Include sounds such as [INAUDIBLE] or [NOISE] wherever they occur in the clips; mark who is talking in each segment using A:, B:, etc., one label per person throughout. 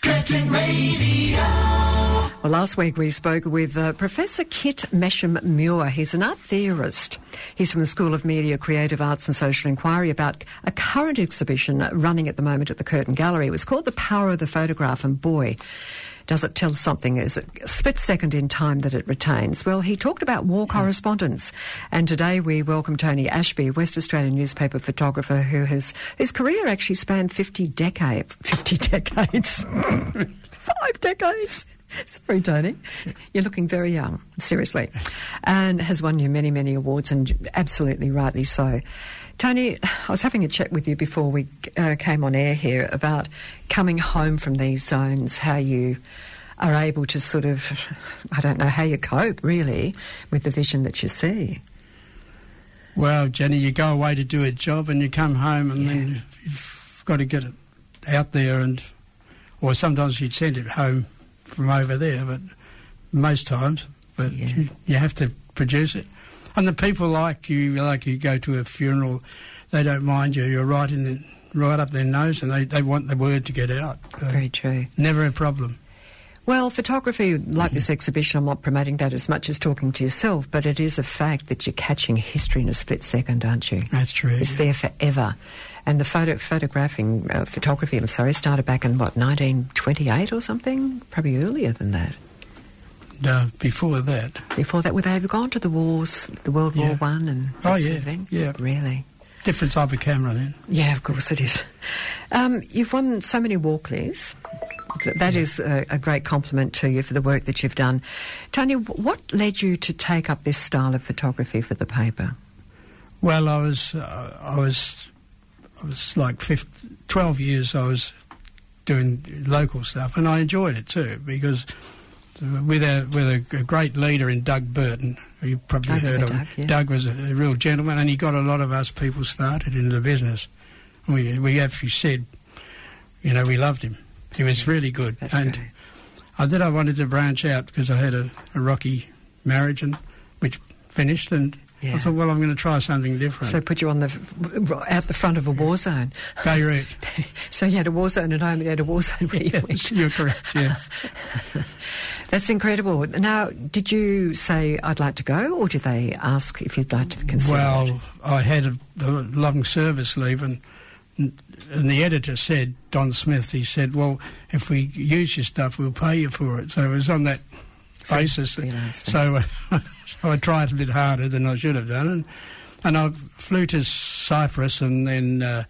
A: Curtain Radio.
B: Well, last week we spoke with uh, Professor Kit Mesham Muir. He's an art theorist. He's from the School of Media, Creative Arts and Social Inquiry about a current exhibition running at the moment at the Curtain Gallery. It was called The Power of the Photograph, and boy, does it tell something? Is it a split second in time that it retains? Well, he talked about war correspondence, and today we welcome Tony Ashby, West Australian newspaper photographer, who has his career actually spanned fifty decades. [LAUGHS] Fifty decades. Five decades. [LAUGHS] Sorry, Tony. You're looking very young, seriously. And has won you many, many awards, and absolutely rightly so. Tony, I was having a chat with you before we uh, came on air here about coming home from these zones, how you are able to sort of, I don't know, how you cope really with the vision that you see.
C: Well, Jenny, you go away to do a job and you come home and
B: Yeah.
C: then you've got to get it out there and, or sometimes you'd send it home from over there, but most times, but
B: Yeah.
C: you, you have to produce it. And the people like you, like you go to a funeral, they don't mind you. You're right in the, right up their nose, and they, they want the word to get out. So
B: Very true.
C: Never a problem.
B: Well, photography, like this exhibition, I'm not promoting that as much as talking to yourself, but it is a fact that you're catching history in a split second, aren't you?
C: That's true.
B: It's there forever. And the photo photographing, uh, photography, I'm sorry, started back in what, 1928 or something? Probably earlier than that.
C: And, uh, before that,
B: Before that, would they have gone to the wars, the World War
C: Yeah.
B: One, and that
C: Oh,
B: sort
C: yeah,
B: of thing?
C: yeah.
B: really.
C: different type of camera then.
B: Yeah, of course it is. Um, you've won so many Walkleys. Th- That is a, a great compliment to you for the work that you've done. Tony, wh- what led you to take up this style of photography for the paper?
C: Well, I was, uh, I was, I was like 15, 12 years. I was doing local stuff, and I enjoyed it too because with a with a, a great leader in Doug Burton, who you probably
B: I
C: heard
B: remember
C: of.
B: Doug, yeah.
C: was a, a real gentleman, and he got a lot of us people started in the business. We we actually said, you know, we loved him. He was really good,
B: That's
C: and
B: great.
C: I did. I wanted to branch out because I had a, a rocky marriage, and which finished. And
B: Yeah.
C: I thought, well, I'm going to try something different.
B: So put you on the f- out the front of a war zone. [LAUGHS]
C: Beirut.
B: so you had a war zone at home and you had a war zone where you went.
C: [LAUGHS] You're correct. Yeah.
B: That's incredible. Now, did you say I'd like to go, or did they ask if you'd like to consider? it?
C: well, I had a, a long service leave, and and the editor said, Don Smith, he said, well, if we use your stuff, we'll pay you for it. So it was on that basis.
B: freelance thing.
C: So, uh, [LAUGHS] so I tried a bit harder than I should have done, and and I flew to Cyprus and then uh,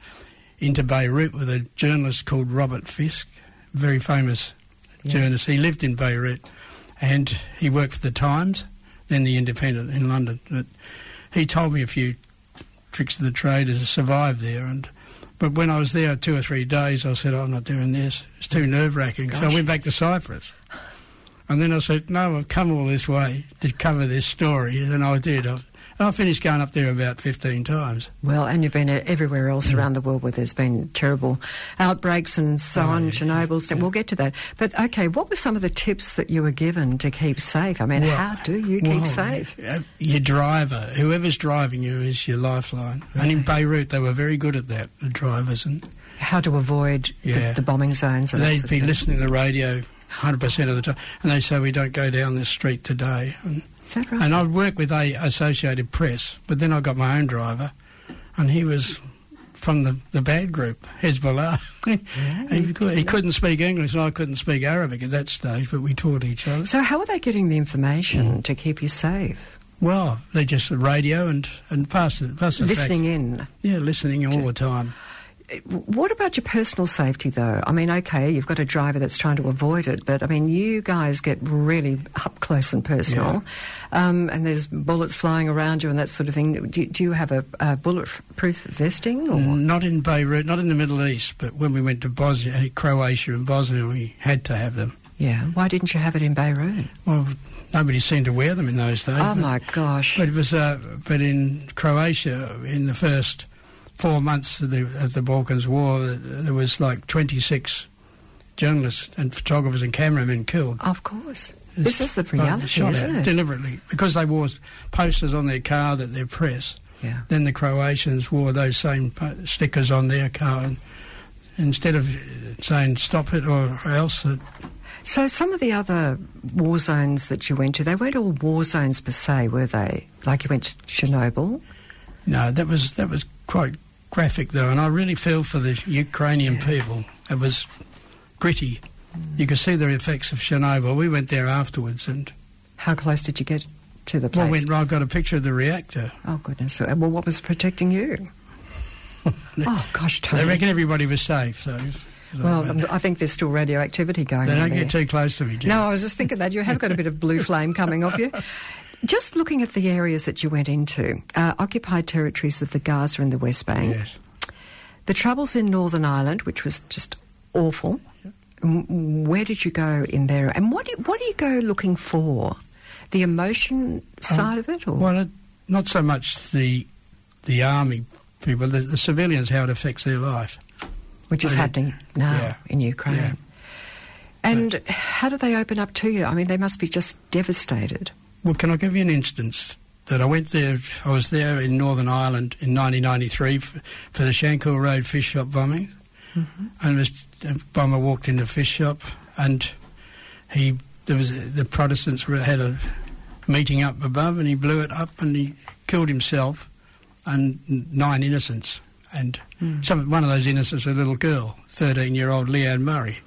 C: into Beirut with a journalist called Robert Fisk, very famous
B: Yeah.
C: journalist. He lived in Beirut, and he worked for the Times, then the Independent in London. But he told me a few tricks of the trade as I survived there. And but when I was there two or three days, I said, "I'm not doing this. It's too nerve wracking." So
B: Gosh.
C: I went back to Cyprus, and then I said, "No, I've come all this way to cover this story," and I did. I, and I finished going up there about 15 times.
B: Well, and you've been uh, everywhere else around the world where there's been terrible outbreaks and so on, Chernobyl's. We'll get to that. But okay, what were some of the tips that you were given to keep safe? I mean,
C: Well,
B: how do you keep
C: well,
B: safe?
C: uh, Your driver, whoever's driving you, is your lifeline. And in Beirut, they were very good at that, the drivers. And
B: How to avoid
C: Yeah.
B: the, the bombing zones? And that sort
C: they'd
B: of
C: be
B: thing.
C: listening to the radio 100% of the time. And they say, We don't go down this street today. And
B: Is that right?
C: And I'd work with a Associated Press, but then I got my own driver, and he was from the, the bad group, Hezbollah. [LAUGHS]
B: you
C: he, he couldn't speak English, and I couldn't speak Arabic at that stage, but we taught each other.
B: So, how are they getting the information to keep you safe?
C: Well, they just the radio and and pass the pass the
B: Listening
C: fact.
B: in.
C: Yeah, listening all the time.
B: What about your personal safety, though? I mean, okay, you've got a driver that's trying to avoid it, but I mean, you guys get really up close and personal, um, and there's bullets flying around you and that sort of thing. Do, do you have a, a bulletproof vesting? Or?
C: Not in Beirut, not in the Middle East, but when we went to Bosnia, Croatia, and Bosnia, we had to have them.
B: Yeah. Why didn't you have it in Beirut?
C: Well, nobody seemed to wear them in those days.
B: Oh
C: but-
B: my gosh.
C: But it was, uh, but in Croatia, in the first four months of the of the Balkans War, uh, there was like 26 journalists and photographers and cameramen killed.
B: Of course. This is the reality,
C: Shot at
B: isn't it?
C: Deliberately, because they wore posters on their car that they press.
B: Yeah.
C: Then the Croatians wore those same po- stickers on their car, and instead of saying stop it or else, it,
B: So some of the other war zones that you went to, they weren't all war zones per se, were they? Like you went to Chernobyl.
C: no, that was that was quite graphic though, and I really feel for the Ukrainian people. It was gritty.
B: Mm.
C: You could see the effects of Chernobyl. We went there afterwards, and
B: How close did you get to the
C: well,
B: place?
C: went, I got a picture of the reactor.
B: oh goodness! Uh, Well, what was protecting
C: [LAUGHS]
B: you? oh gosh,
C: They
B: Tony.
C: reckon everybody was safe, so. so
B: well,
C: but
B: um, I think there's still radioactivity going
C: they
B: on
C: don't
B: there.
C: get too close to me, Jim.
B: No, I was just thinking that you have got a bit of blue flame coming
C: [LAUGHS]
B: off you. Just looking at the areas that you went into, uh, occupied territories of the Gaza and the West Bank,
C: Yes.
B: the troubles in Northern Ireland, which was just awful. M- Where did you go in there, and what do you, what do you go looking for? The
C: Um,
B: emotion side of it, or
C: Well, it, not so much the the army people, the, the civilians, how it affects their life.
B: which is
C: I mean,
B: happening now
C: yeah.
B: in Ukraine.
C: Yeah.
B: And how do they open up to you? I mean, they must be just devastated.
C: Well, can I give you an instance that I went there? I was there in Northern Ireland in 1993 for, for the Shankill Road fish shop bombing,
B: Mm-hmm.
C: and this bomber walked into the fish shop, and he there was the Protestants were, had a meeting up above, and he blew it up, and he killed himself and nine innocents, and
B: Mm.
C: some one of those innocents was a little girl, 13 year old Leanne Murray.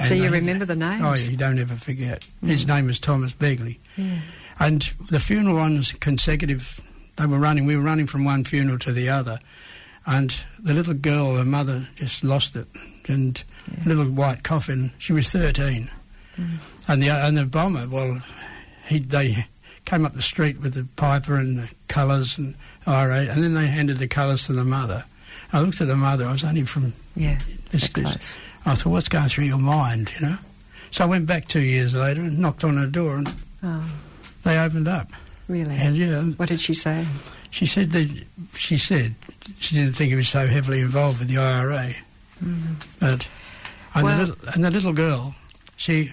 B: so
C: And
B: you
C: they-
B: remember the names? Mm.
C: Oh, yeah, you don't ever forget. His name was Thomas Begley. And the funeral ones consecutive, they were running, we were running from one funeral to the other. And the little girl, her mother, just lost it. And little white coffin, she was 13. And, the, and the bomber, well, he, they came up the street with the piper and the colours and IRA, and then they handed the colours to the mother. I looked at the mother, I was only from
B: Yeah,
C: this,
B: they're
C: this-
B: close.
C: I thought, what's going through your mind, you know? So I went back two years later and knocked on her door, and
B: Oh,
C: they opened up.
B: really?
C: And yeah,
B: What did she say?
C: she said that she said she didn't think he was so heavily involved with the IRA. But
B: Well-
C: and, the little, and the little girl, she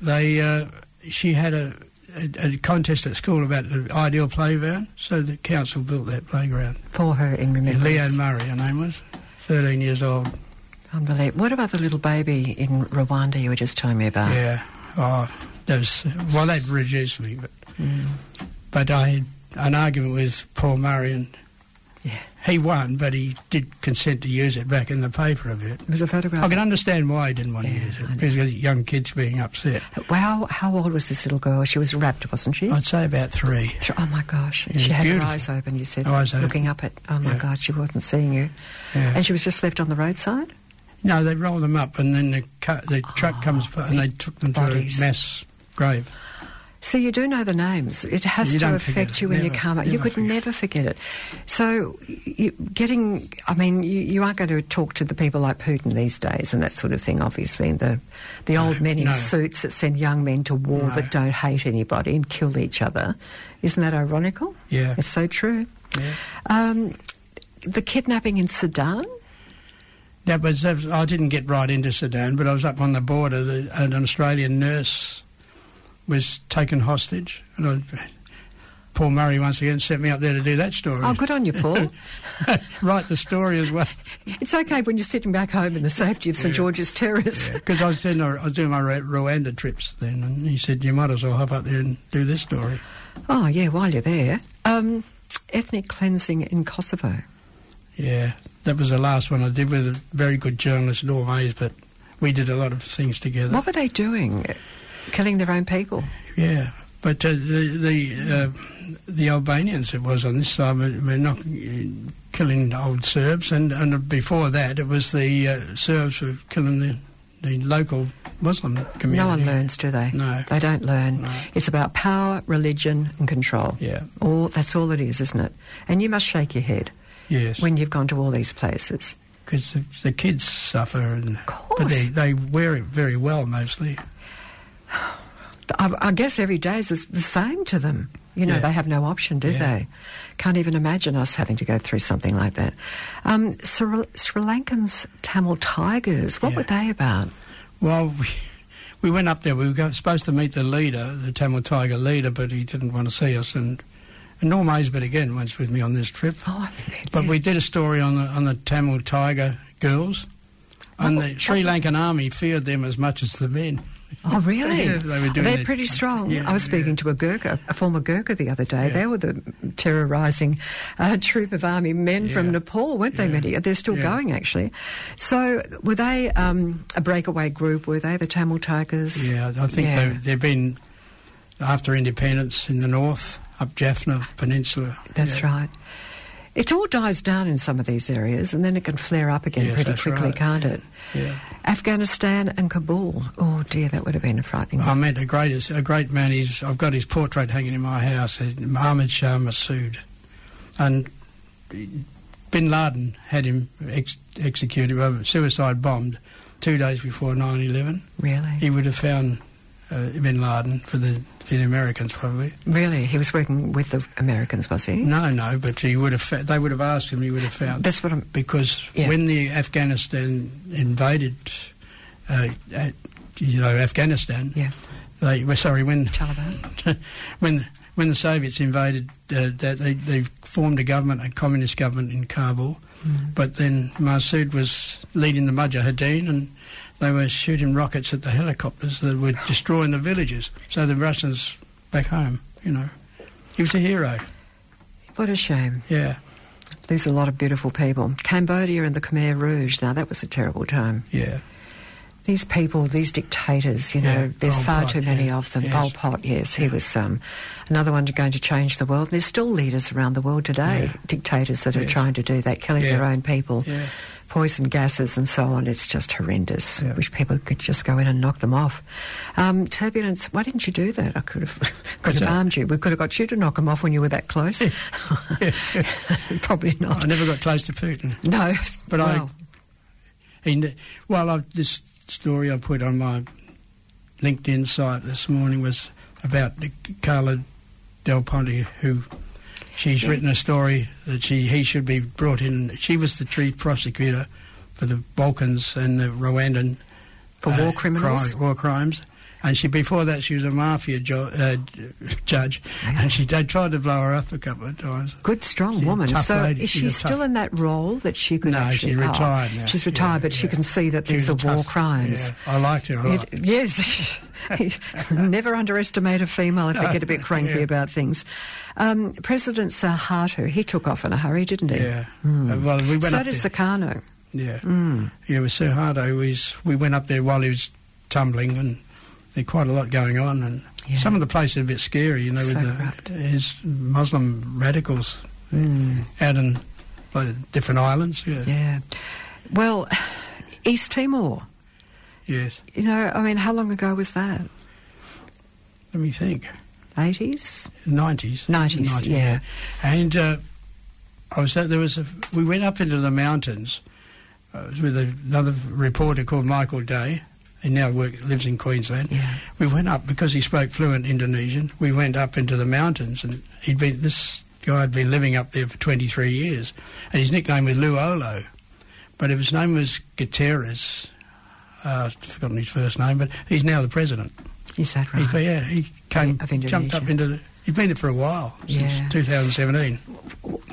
C: they uh, she had a, a, a contest at school about the ideal playground, so the council built that playground.
B: For her in
C: And
B: remembrance.
C: Leanne Murray, her name was, thirteen years old.
B: Unbelievable. What about the little baby in Rwanda you were just telling me about?
C: Yeah. Oh, that was, well, that reduced me. But, but I had an argument with Paul Murray, and
B: Yeah.
C: he won, but he did consent to use it back in the paper a bit.
B: It was a photograph.
C: I Oh, can understand why he didn't want
B: Yeah,
C: to use
B: I
C: it,
B: know.
C: because of young kids being upset.
B: Wow, how old was this little girl? She was wrapped, wasn't she?
C: I'd say about three.
B: Th- Oh my gosh.
C: Oh, Yeah,
B: she had
C: beautiful.
B: her eyes open, you said.
C: Eyes open.
B: Looking up at, oh my
C: Yeah.
B: God, she wasn't seeing you.
C: Yeah.
B: And she was just left on the roadside?
C: No, they rolled them up, and then the, ca- the truck comes by, and they took them to a
B: bodies.
C: mass grave.
B: So you do know the names. It has
C: You
B: to
C: don't forget
B: affect
C: it.
B: you when you
C: Never,
B: come out. You
C: never
B: could
C: forget.
B: never forget it. So you, getting, I mean, you, you aren't going to talk to the people like Putin these days and that sort of thing, obviously. And the, the old men in
C: no.
B: suits that send young men to war
C: No.
B: that don't hate anybody and kill each other. Isn't that ironical?
C: Yeah.
B: It's so true.
C: Yeah.
B: Um, the kidnapping in Sudan?
C: That was, that was- I didn't get right into Sudan, but I was up on the border. The, and an Australian nurse was taken hostage, and I, Paul Murray once again sent me up there to do that story.
B: Oh, good on you,
C: [LAUGHS]
B: Paul.
C: Write the story as well
B: it's okay when you're sitting back home in the safety of St
C: Yeah.
B: George's Terrace.
C: because I was doing I was doing my Ru- Rwanda trips then, and he said you might as well hop up there and do this story.
B: Oh, yeah, while you're there. Um, ethnic cleansing in Kosovo.
C: Yeah, that was the last one I did with a very good journalist, Norm Hayes, but we did a lot of things together.
B: What were they doing? Killing their own people?
C: Yeah, but uh, the the uh, the Albanians it was on this side were, were not uh, killing the old Serbs, and, and before that it was the uh, Serbs were killing the the local Muslim community.
B: No one learns, do they?
C: No.
B: They don't learn.
C: No.
B: It's about power, religion, and control.
C: Yeah.
B: All, that's all it is, isn't it? And you must shake your head
C: Yes,
B: when you've gone to all these places.
C: because the, the kids suffer, and but
B: course.
C: they they wear it very well mostly.
B: I, I guess every day is the same to them. You know,
C: Yeah.
B: they have no option, do
C: Yeah.
B: they? Can't even imagine us having to go through something like that. Um, Sri, Sri Lankans, Tamil Tigers, what
C: Yeah.
B: were they about?
C: Well, we, we went up there. We were go- supposed to meet the leader, the Tamil Tiger leader, but he didn't want to see us. And, and Norm Aysbert again went with me on this trip.
B: Oh, I bet,
C: But
B: yeah.
C: we did a story on the on the Tamil tiger girls, and
B: Oh,
C: the Sri Lankan army feared them as much as the men.
B: Oh, really?
C: Yeah, [LAUGHS] they were doing
B: They're
C: that.
B: pretty strong.
C: Yeah,
B: I was speaking
C: yeah.
B: to a Gurkha, a former Gurkha, the other day.
C: Yeah.
B: They were the terrorising uh, troop of army men from
C: Yeah.
B: Nepal, weren't they,
C: Yeah.
B: Mehdi? They're still
C: Yeah.
B: going, actually. So, were they um, a breakaway group? Were they the Tamil Tigers?
C: Yeah, I think
B: Yeah.
C: they they've been after independence in the north up Jaffna Peninsula.
B: That's
C: Yeah.
B: right. It all dies down in some of these areas and then it can flare up again
C: Yes,
B: pretty
C: that's
B: quickly,
C: right.
B: can't it?
C: Yeah.
B: Afghanistan and Kabul. Oh dear, that would have been a frightening.
C: I met a great, a great man. He's, I've got his portrait hanging in my house, uh, Mohammed Shah Massoud. And Bin Laden had him ex- executed, uh, suicide bombed, two days before 9 11.
B: really?
C: He would have found uh, Bin Laden for the, for the Americans, probably.
B: really, he was working with the Americans, was he?
C: No, no, but he would have. Fa- they would have asked him. He would have found.
B: That's what I'm.
C: because
B: Yeah.
C: when the Afghanistan invaded, uh, uh you know, Afghanistan,
B: Yeah,
C: they were sorry when
B: Taliban.
C: when when the Soviets invaded, uh, that they, they formed a government, a communist government in Kabul.
B: Mm.
C: But then Massoud was leading the Mujahideen, and they were shooting rockets at the helicopters that were destroying the villages. So the Russians back home, you know, he was a hero.
B: What a shame.
C: Yeah,
B: There's a lot of beautiful people. Cambodia and the Khmer Rouge. Now that was a terrible time.
C: yeah.
B: These people, these dictators, you
C: Yeah,
B: know, there's
C: Pol
B: far
C: Pot,
B: too many
C: yeah,
B: of them.
C: yes.
B: Pol Pot, yes, he was um, another one going to change the world. There's still leaders around the world today,
C: Yeah.
B: dictators that are
C: Yes.
B: trying to do that, killing
C: Yeah.
B: their own people,
C: Yeah.
B: poison gases and so on. It's just horrendous.
C: Yeah.
B: Wish people could just go in and knock them off. Um, turbulence, why didn't you do that? I could [LAUGHS] have, could
C: What's
B: have
C: that?
B: armed you. We could have got you to knock them off when you were that close. [LAUGHS] Probably
C: I [LAUGHS]
B: not.
C: never got close to Putin.
B: No,
C: But I-
B: Well,
C: He, kn- well, i this story I put on my LinkedIn site this morning was about the Carla Del Ponte, who she's
B: Yeah.
C: written a story that she he should be brought in. She was the chief prosecutor for the Balkans and the Rwandan
B: for
C: uh,
B: war criminals.
C: cri- war crimes. And she before that she was a mafia jo- uh, judge, and she they tried to blow her up a couple of times.
B: Good, strong
C: She's a
B: woman.
C: tough
B: So
C: lady.
B: is
C: She's
B: she
C: a
B: still
C: tough-
B: in that role that she could
C: No,
B: actually?
C: she's
B: oh,
C: retired now.
B: She's retired,
C: Yeah,
B: but she
C: yeah.
B: can see that
C: She
B: these
C: was
B: are
C: a
B: war
C: tough-
B: crimes.
C: Yeah, I liked her a lot.
B: It- yes. [LAUGHS] Never underestimate a female if they get a bit cranky
C: [LAUGHS] Yeah.
B: about things. Um, President Suharto, he took off in a hurry, didn't he?
C: Yeah. Uh, well, we went
B: Hmm. So
C: up
B: did
C: there.
B: Sukarno. Mm.
C: Yeah. Yeah, with Suharto, we, we went up there while he was tumbling, and there's quite a lot going on. And
B: Yeah.
C: some of the places are a bit scary, you know,
B: So
C: with
B: corrupt.
C: the, his Muslim radicals out in like, different islands. Yeah.
B: Mm. Yeah. Well, [SIGHS] East Timor.
C: Yes.
B: You know, I mean, how long ago was that?
C: Let me think.
B: 80s?
C: 90s.
B: 90s, yeah.
C: And uh, I was there was a, we went up into the mountains. I was with another reporter called Michael Day. He now work, lives in Queensland.
B: Yeah.
C: We went up because he spoke fluent Indonesian. We went up into the mountains, and he'd been this guy had been living up there for 23 years, and his nickname was Luolo, but his name was Gutierrez. Uh, I've forgotten his first name, but he's now the president.
B: Is that right?
C: He's, yeah, he came,
B: Of
C: jumped up
B: Indonesia.
C: into the. He's been there for a while since
B: Yeah.
C: 2017.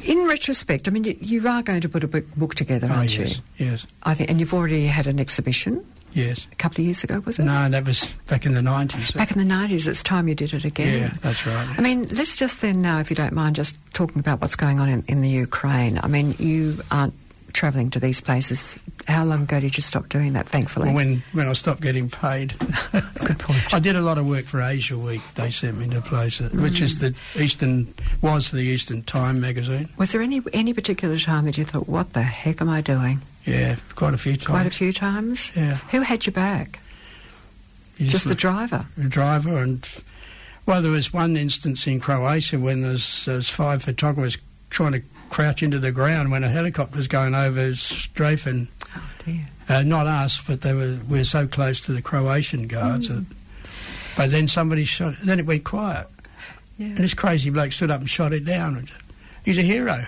B: In retrospect, I mean, you, you are going to put a book, book together, aren't you?
C: Oh, yes, yes,
B: I think, and you've already had an exhibition
C: yes.
B: a couple of years ago, was it?
C: No, that was back in the 90s.
B: Back in the 90s, it's time you did it
C: yeah,
B: again.
C: that's
B: I
C: right.
B: mean, let's just then now, if you don't mind, just talking about what's going on in, in the Ukraine. I mean, you aren't travelling to these places. How long ago did you stop doing that, thankfully?
C: Well, when when I stopped getting
B: [LAUGHS]
C: paid, I did a lot of work for Asia Week. They sent me to places, which is the
B: Mm.
C: Eastern was the Eastern Time magazine.
B: was there any, any particular time that you thought, what the heck am I doing?
C: Yeah, quite a few times.
B: Quite a few times?
C: Yeah.
B: Who had your back?
C: You
B: Just the
C: look-
B: driver?
C: the driver and well there was one instance in Croatia when there's, there's five photographers trying to crouch into the ground when a helicopter was going over strafing
B: Oh, dear.
C: uh, not us but they were we were so close to the Croatian guards
B: Mm.
C: that, but then somebody shot then it went quiet
B: Yeah.
C: and this crazy bloke stood up and shot it down and he's a hero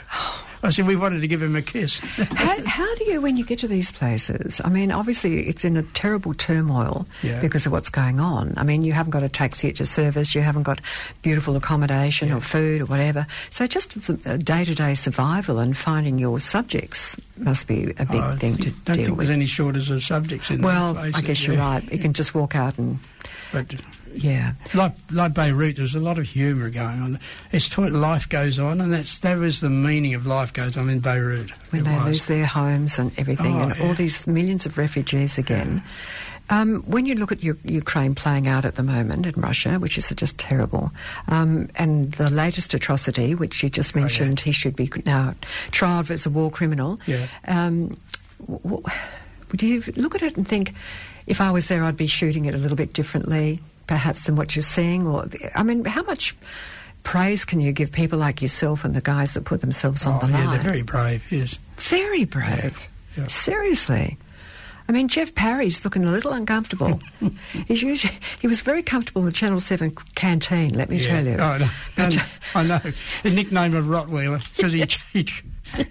C: I said we wanted to give him
B: [LAUGHS]
C: a kiss
B: how, how do you, when you get to these places, I mean, obviously it's in a terrible turmoil
C: Yeah.
B: because of what's going on. I mean, you haven't got a taxi at your service, you haven't got beautiful accommodation or food or whatever. So just the uh, day-to-day survival and finding your subjects must be a big
C: I
B: thing
C: think-
B: to
C: Oh, don't
B: deal
C: think
B: with.
C: there's any shortage of subjects in
B: well,
C: those places,
B: I guess you're
C: yeah.
B: right. You can just walk out and
C: But
B: yeah.
C: like like Beirut, there's a lot of humour going on. It's taught life goes on, and that's that was the meaning of life goes on in Beirut.
B: when
C: It
B: they
C: was.
B: lose their homes and everything,
C: Oh,
B: and all
C: yeah.
B: these millions of refugees again. Um, when you look at U- Ukraine playing out at the moment in Russia, which is just terrible, um, and the latest atrocity, which you
C: Oh,
B: just mentioned, he should be now tried as a war criminal.
C: Yeah.
B: Um, w- w- would you look at it and think, if I was there, I'd be shooting it a little bit differently, perhaps than what you're seeing? Or I mean, how much praise can you give people like yourself and the guys that put themselves on
C: oh,
B: the
C: yeah,
B: line?
C: they're very brave. Yes,
B: Very brave.
C: Yeah, yeah.
B: Seriously. I mean, Jeff Parry's looking a little uncomfortable.
C: [LAUGHS]
B: He's usually, he was very comfortable in the Channel 7 canteen, let me
C: yeah.
B: tell you.
C: Oh, no.
B: But-
C: And I know the nickname of Rottweiler because he cheats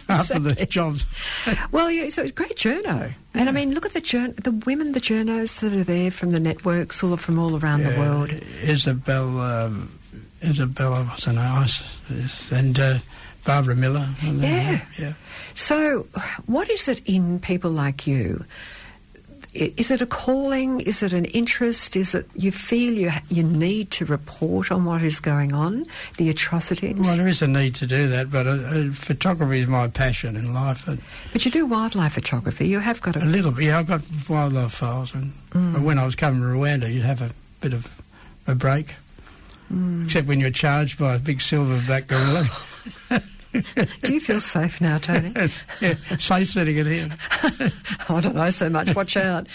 C: after the jobs.
B: [LAUGHS] well, yeah, so it's great journo. And I mean, look at the jour- the women, the journos that are there from the networks, all from all around the
C: Yeah,
B: world.
C: Isabel, um, Isabella, what's her name? Isis- yes, and uh, Barbara Miller. and then,
B: Yeah.
C: yeah.
B: So, what is it in people like you? I- Is it a calling? Is it an interest? Is it you feel you ha- you need to report on what is going on, the atrocities?
C: Well, there is a need to do that, but uh, uh, photography is my passion in life. Uh,
B: but you do wildlife photography. You have got a
C: A little bit. Yeah, I've got wildlife files, and
B: Mm.
C: but when I was coming to Rwanda, you'd have a bit of a break.
B: Mm.
C: Except when you're charged by a big silverback gorilla. [LAUGHS]
B: do you feel safe now, Tony?
C: yeah, safe sitting in here.
B: I don't know so much. Watch out.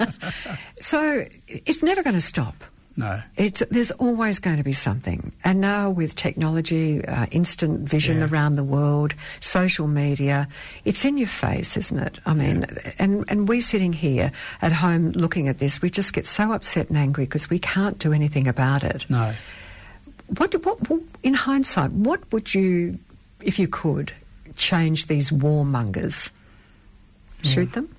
B: [LAUGHS] so it's never going to stop.
C: No.
B: It's, there's always going to be something. And now with technology, uh, instant vision
C: Yeah.
B: around the world, social media, it's in your face, isn't it? I mean, and, and we sitting here at home looking at this, we just get so upset and angry because we can't do anything about it.
C: No.
B: What, what, what, in hindsight, what would you, if you could, change these warmongers? Shoot them?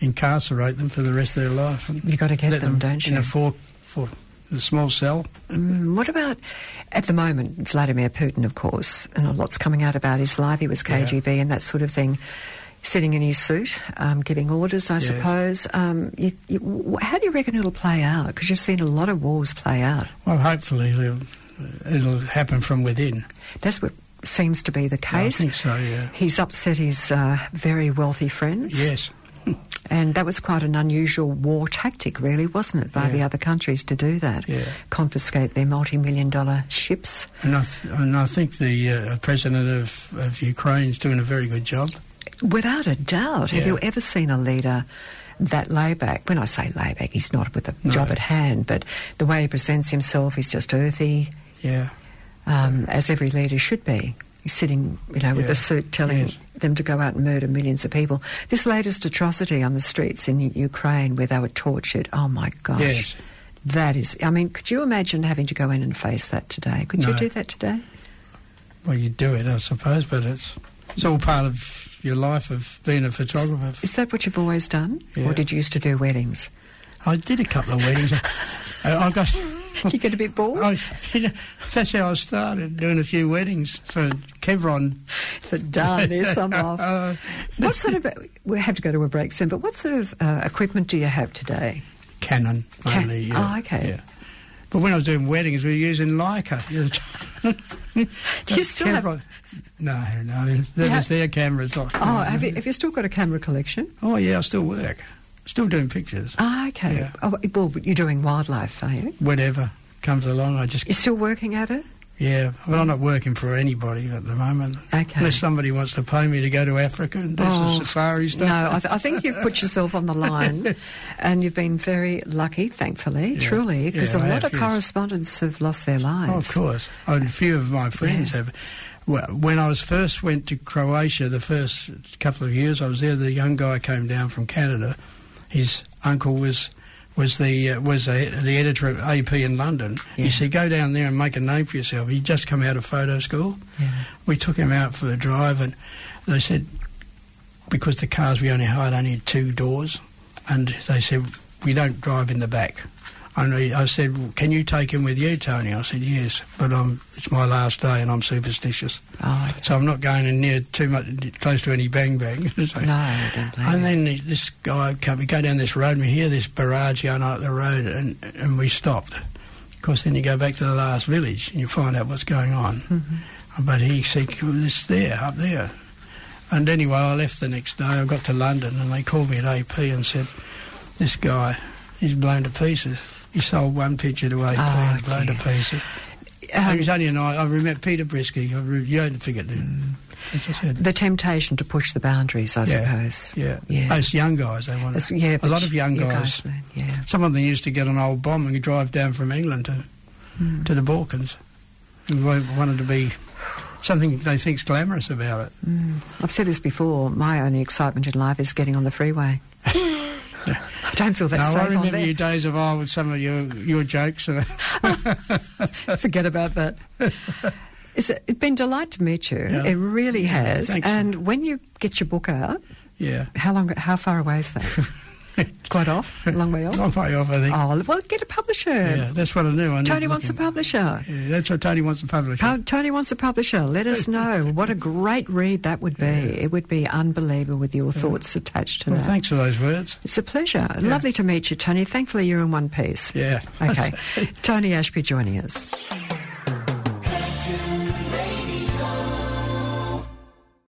C: Incarcerate them for the rest of their life. and
B: You gotta get
C: let
B: them, don't
C: In
B: you?
C: a four, four, a small cell.
B: Mm, what about at the moment Vladimir Putin, of course, and a lot's coming out about his life. He was KGB and that sort of thing, sitting in his suit, um, giving orders. I
C: Yeah.
B: suppose. Um, you, you, w- how do you reckon it'll play out? Because you've seen a lot of wars play out.
C: Well, hopefully it'll, it'll happen from within.
B: That's what seems to be the
C: I
B: case.
C: think so. Yeah.
B: He's upset his uh, very wealthy friends.
C: Yes.
B: And that was quite an unusual war tactic, really, wasn't it, by
C: Yeah.
B: the other countries to do that?
C: Yeah.
B: Confiscate their multi million dollar ships.
C: And I, th- and I think the uh, president of, of Ukraine's doing a very good job.
B: Without a doubt. Have
C: Yeah.
B: you ever seen a leader that layback? When I say layback, he's not with the
C: No.
B: job at hand, but the way he presents himself, he's just earthy,
C: Yeah.
B: um, as every leader should be. He's sitting, you know, with
C: Yeah.
B: a suit telling
C: Yes.
B: them to go out and murder millions of people. This latest atrocity on the streets in U- Ukraine where they were tortured, oh my gosh.
C: Yes.
B: That is, I mean, could you imagine having to go in and face that today? Could you
C: No.
B: do that today?
C: Well, you do it, I suppose, but it's it's all part of your life of being a photographer.
B: Is that what you've always done?
C: Yeah.
B: Or did you used to do weddings?
C: I did a couple of [LAUGHS] weddings. I, I got.
B: you get a bit bored?
C: I, [LAUGHS] that's how I started doing a few weddings for Kevron.
B: But darn, there's
C: [LAUGHS]
B: some off.
C: Uh,
B: What sort of we have to go to a break soon? But what sort of uh, equipment do you have today?
C: Canon
B: Can-
C: only.
B: oh, okay.
C: Yeah. But when I was doing weddings, we were using Leica. [LAUGHS]
B: Do you still have?
C: Kevron- No, no. That
B: Yeah.
C: was their cameras. Oh,
B: Oh, have you, have you still got a camera collection?
C: oh, yeah, I still work. Still doing pictures.
B: Ah, okay.
C: Yeah.
B: Oh, well, but you're doing wildlife, are you?
C: Whatever comes along, I just
B: You're still working at it?
C: Yeah, but I'm not working for anybody at the moment.
B: Okay.
C: Unless somebody wants to pay me to go to Africa and do
B: Oh,
C: some safari stuff.
B: No, I, th- I think you've put yourself on the [LAUGHS] line, and you've been very lucky, thankfully,
C: Yeah.
B: truly, because
C: Yeah,
B: a
C: I
B: lot of
C: have, yes.
B: correspondents have lost their
C: Oh, of
B: lives.
C: course. And a few of my friends
B: Yeah.
C: have. Well, when I was first went to Croatia, the first couple of years I was there, the young guy came down from Canada. His uncle was was the uh, was the the editor of AP in London.
B: Yeah.
C: He said, "Go down there and make a name for yourself." He'd just come out of photo school.
B: Yeah.
C: We took him out for a drive, and they said because the cars we only hired only had two doors, and they said we don't drive in the back. And he, I said, well, "Can you take him with you, Tony?" I said, "Yes, but um, it's my last day, and I'm superstitious,
B: Oh, okay.
C: so I'm not going in near too much close to any bang bang." [LAUGHS] So-
B: no, I don't blame
C: and
B: you.
C: then this guy, come, we go down this road and we hear this barrage going up the road and, and we stopped. Of course, then you go back to the last village and you find out what's going on. But he said, "Well, it's there, up there. And anyway, I left the next day. I got to London and they called me at AP and said, this guy, he's blown to pieces. He sold one picture to AP
B: Oh,
C: and blown to
B: dear.
C: pieces.
B: Um,
C: it was only an I, I remember Peter Brisky. I re- you don't forget him. As I said.
B: the temptation to push the boundaries, I
C: Yeah.
B: suppose.
C: Yeah.
B: Yeah.
C: Those young guys, they want
B: That's-
C: to.
B: yeah,
C: a
B: but
C: lot of young
B: you
C: guys.
B: man, yeah.
C: Some of them used to get an old bomb and drive down from England to,
B: Hmm.
C: to the Balkans. And wa- wanted to be something they think's glamorous about it.
B: I've said this before. My only excitement in life is getting on the
C: [LAUGHS]
B: freeway. I don't feel that
C: now, I
B: safe on
C: remember
B: there.
C: your days of old with some of your, your jokes. And, [LAUGHS]
B: [LAUGHS] Forget about that. It's, it's been a delight to meet you.
C: Yeah.
B: It really has.
C: thanks.
B: And when you get your book out,
C: yeah.
B: how long? How far away is that?
C: [LAUGHS]
B: Quite off. A long way off.
C: Not way off, I think.
B: Oh well, get a publisher.
C: Yeah, that's what I knew. I need
B: Tony
C: to
B: wants a
C: look in-
B: publisher.
C: Yeah, that's what Tony wants to publish.
B: Pa- Tony wants a publisher. Let
C: [LAUGHS]
B: us know. What a great read that would be. It would be unbelievable with your thoughts attached to
C: well,
B: that.
C: thanks for those words.
B: It's a pleasure.
C: [LAUGHS]
B: Lovely to meet you, Tony. Thankfully, you're in one piece.
C: Yeah.
B: Okay. Tony Ashby joining us.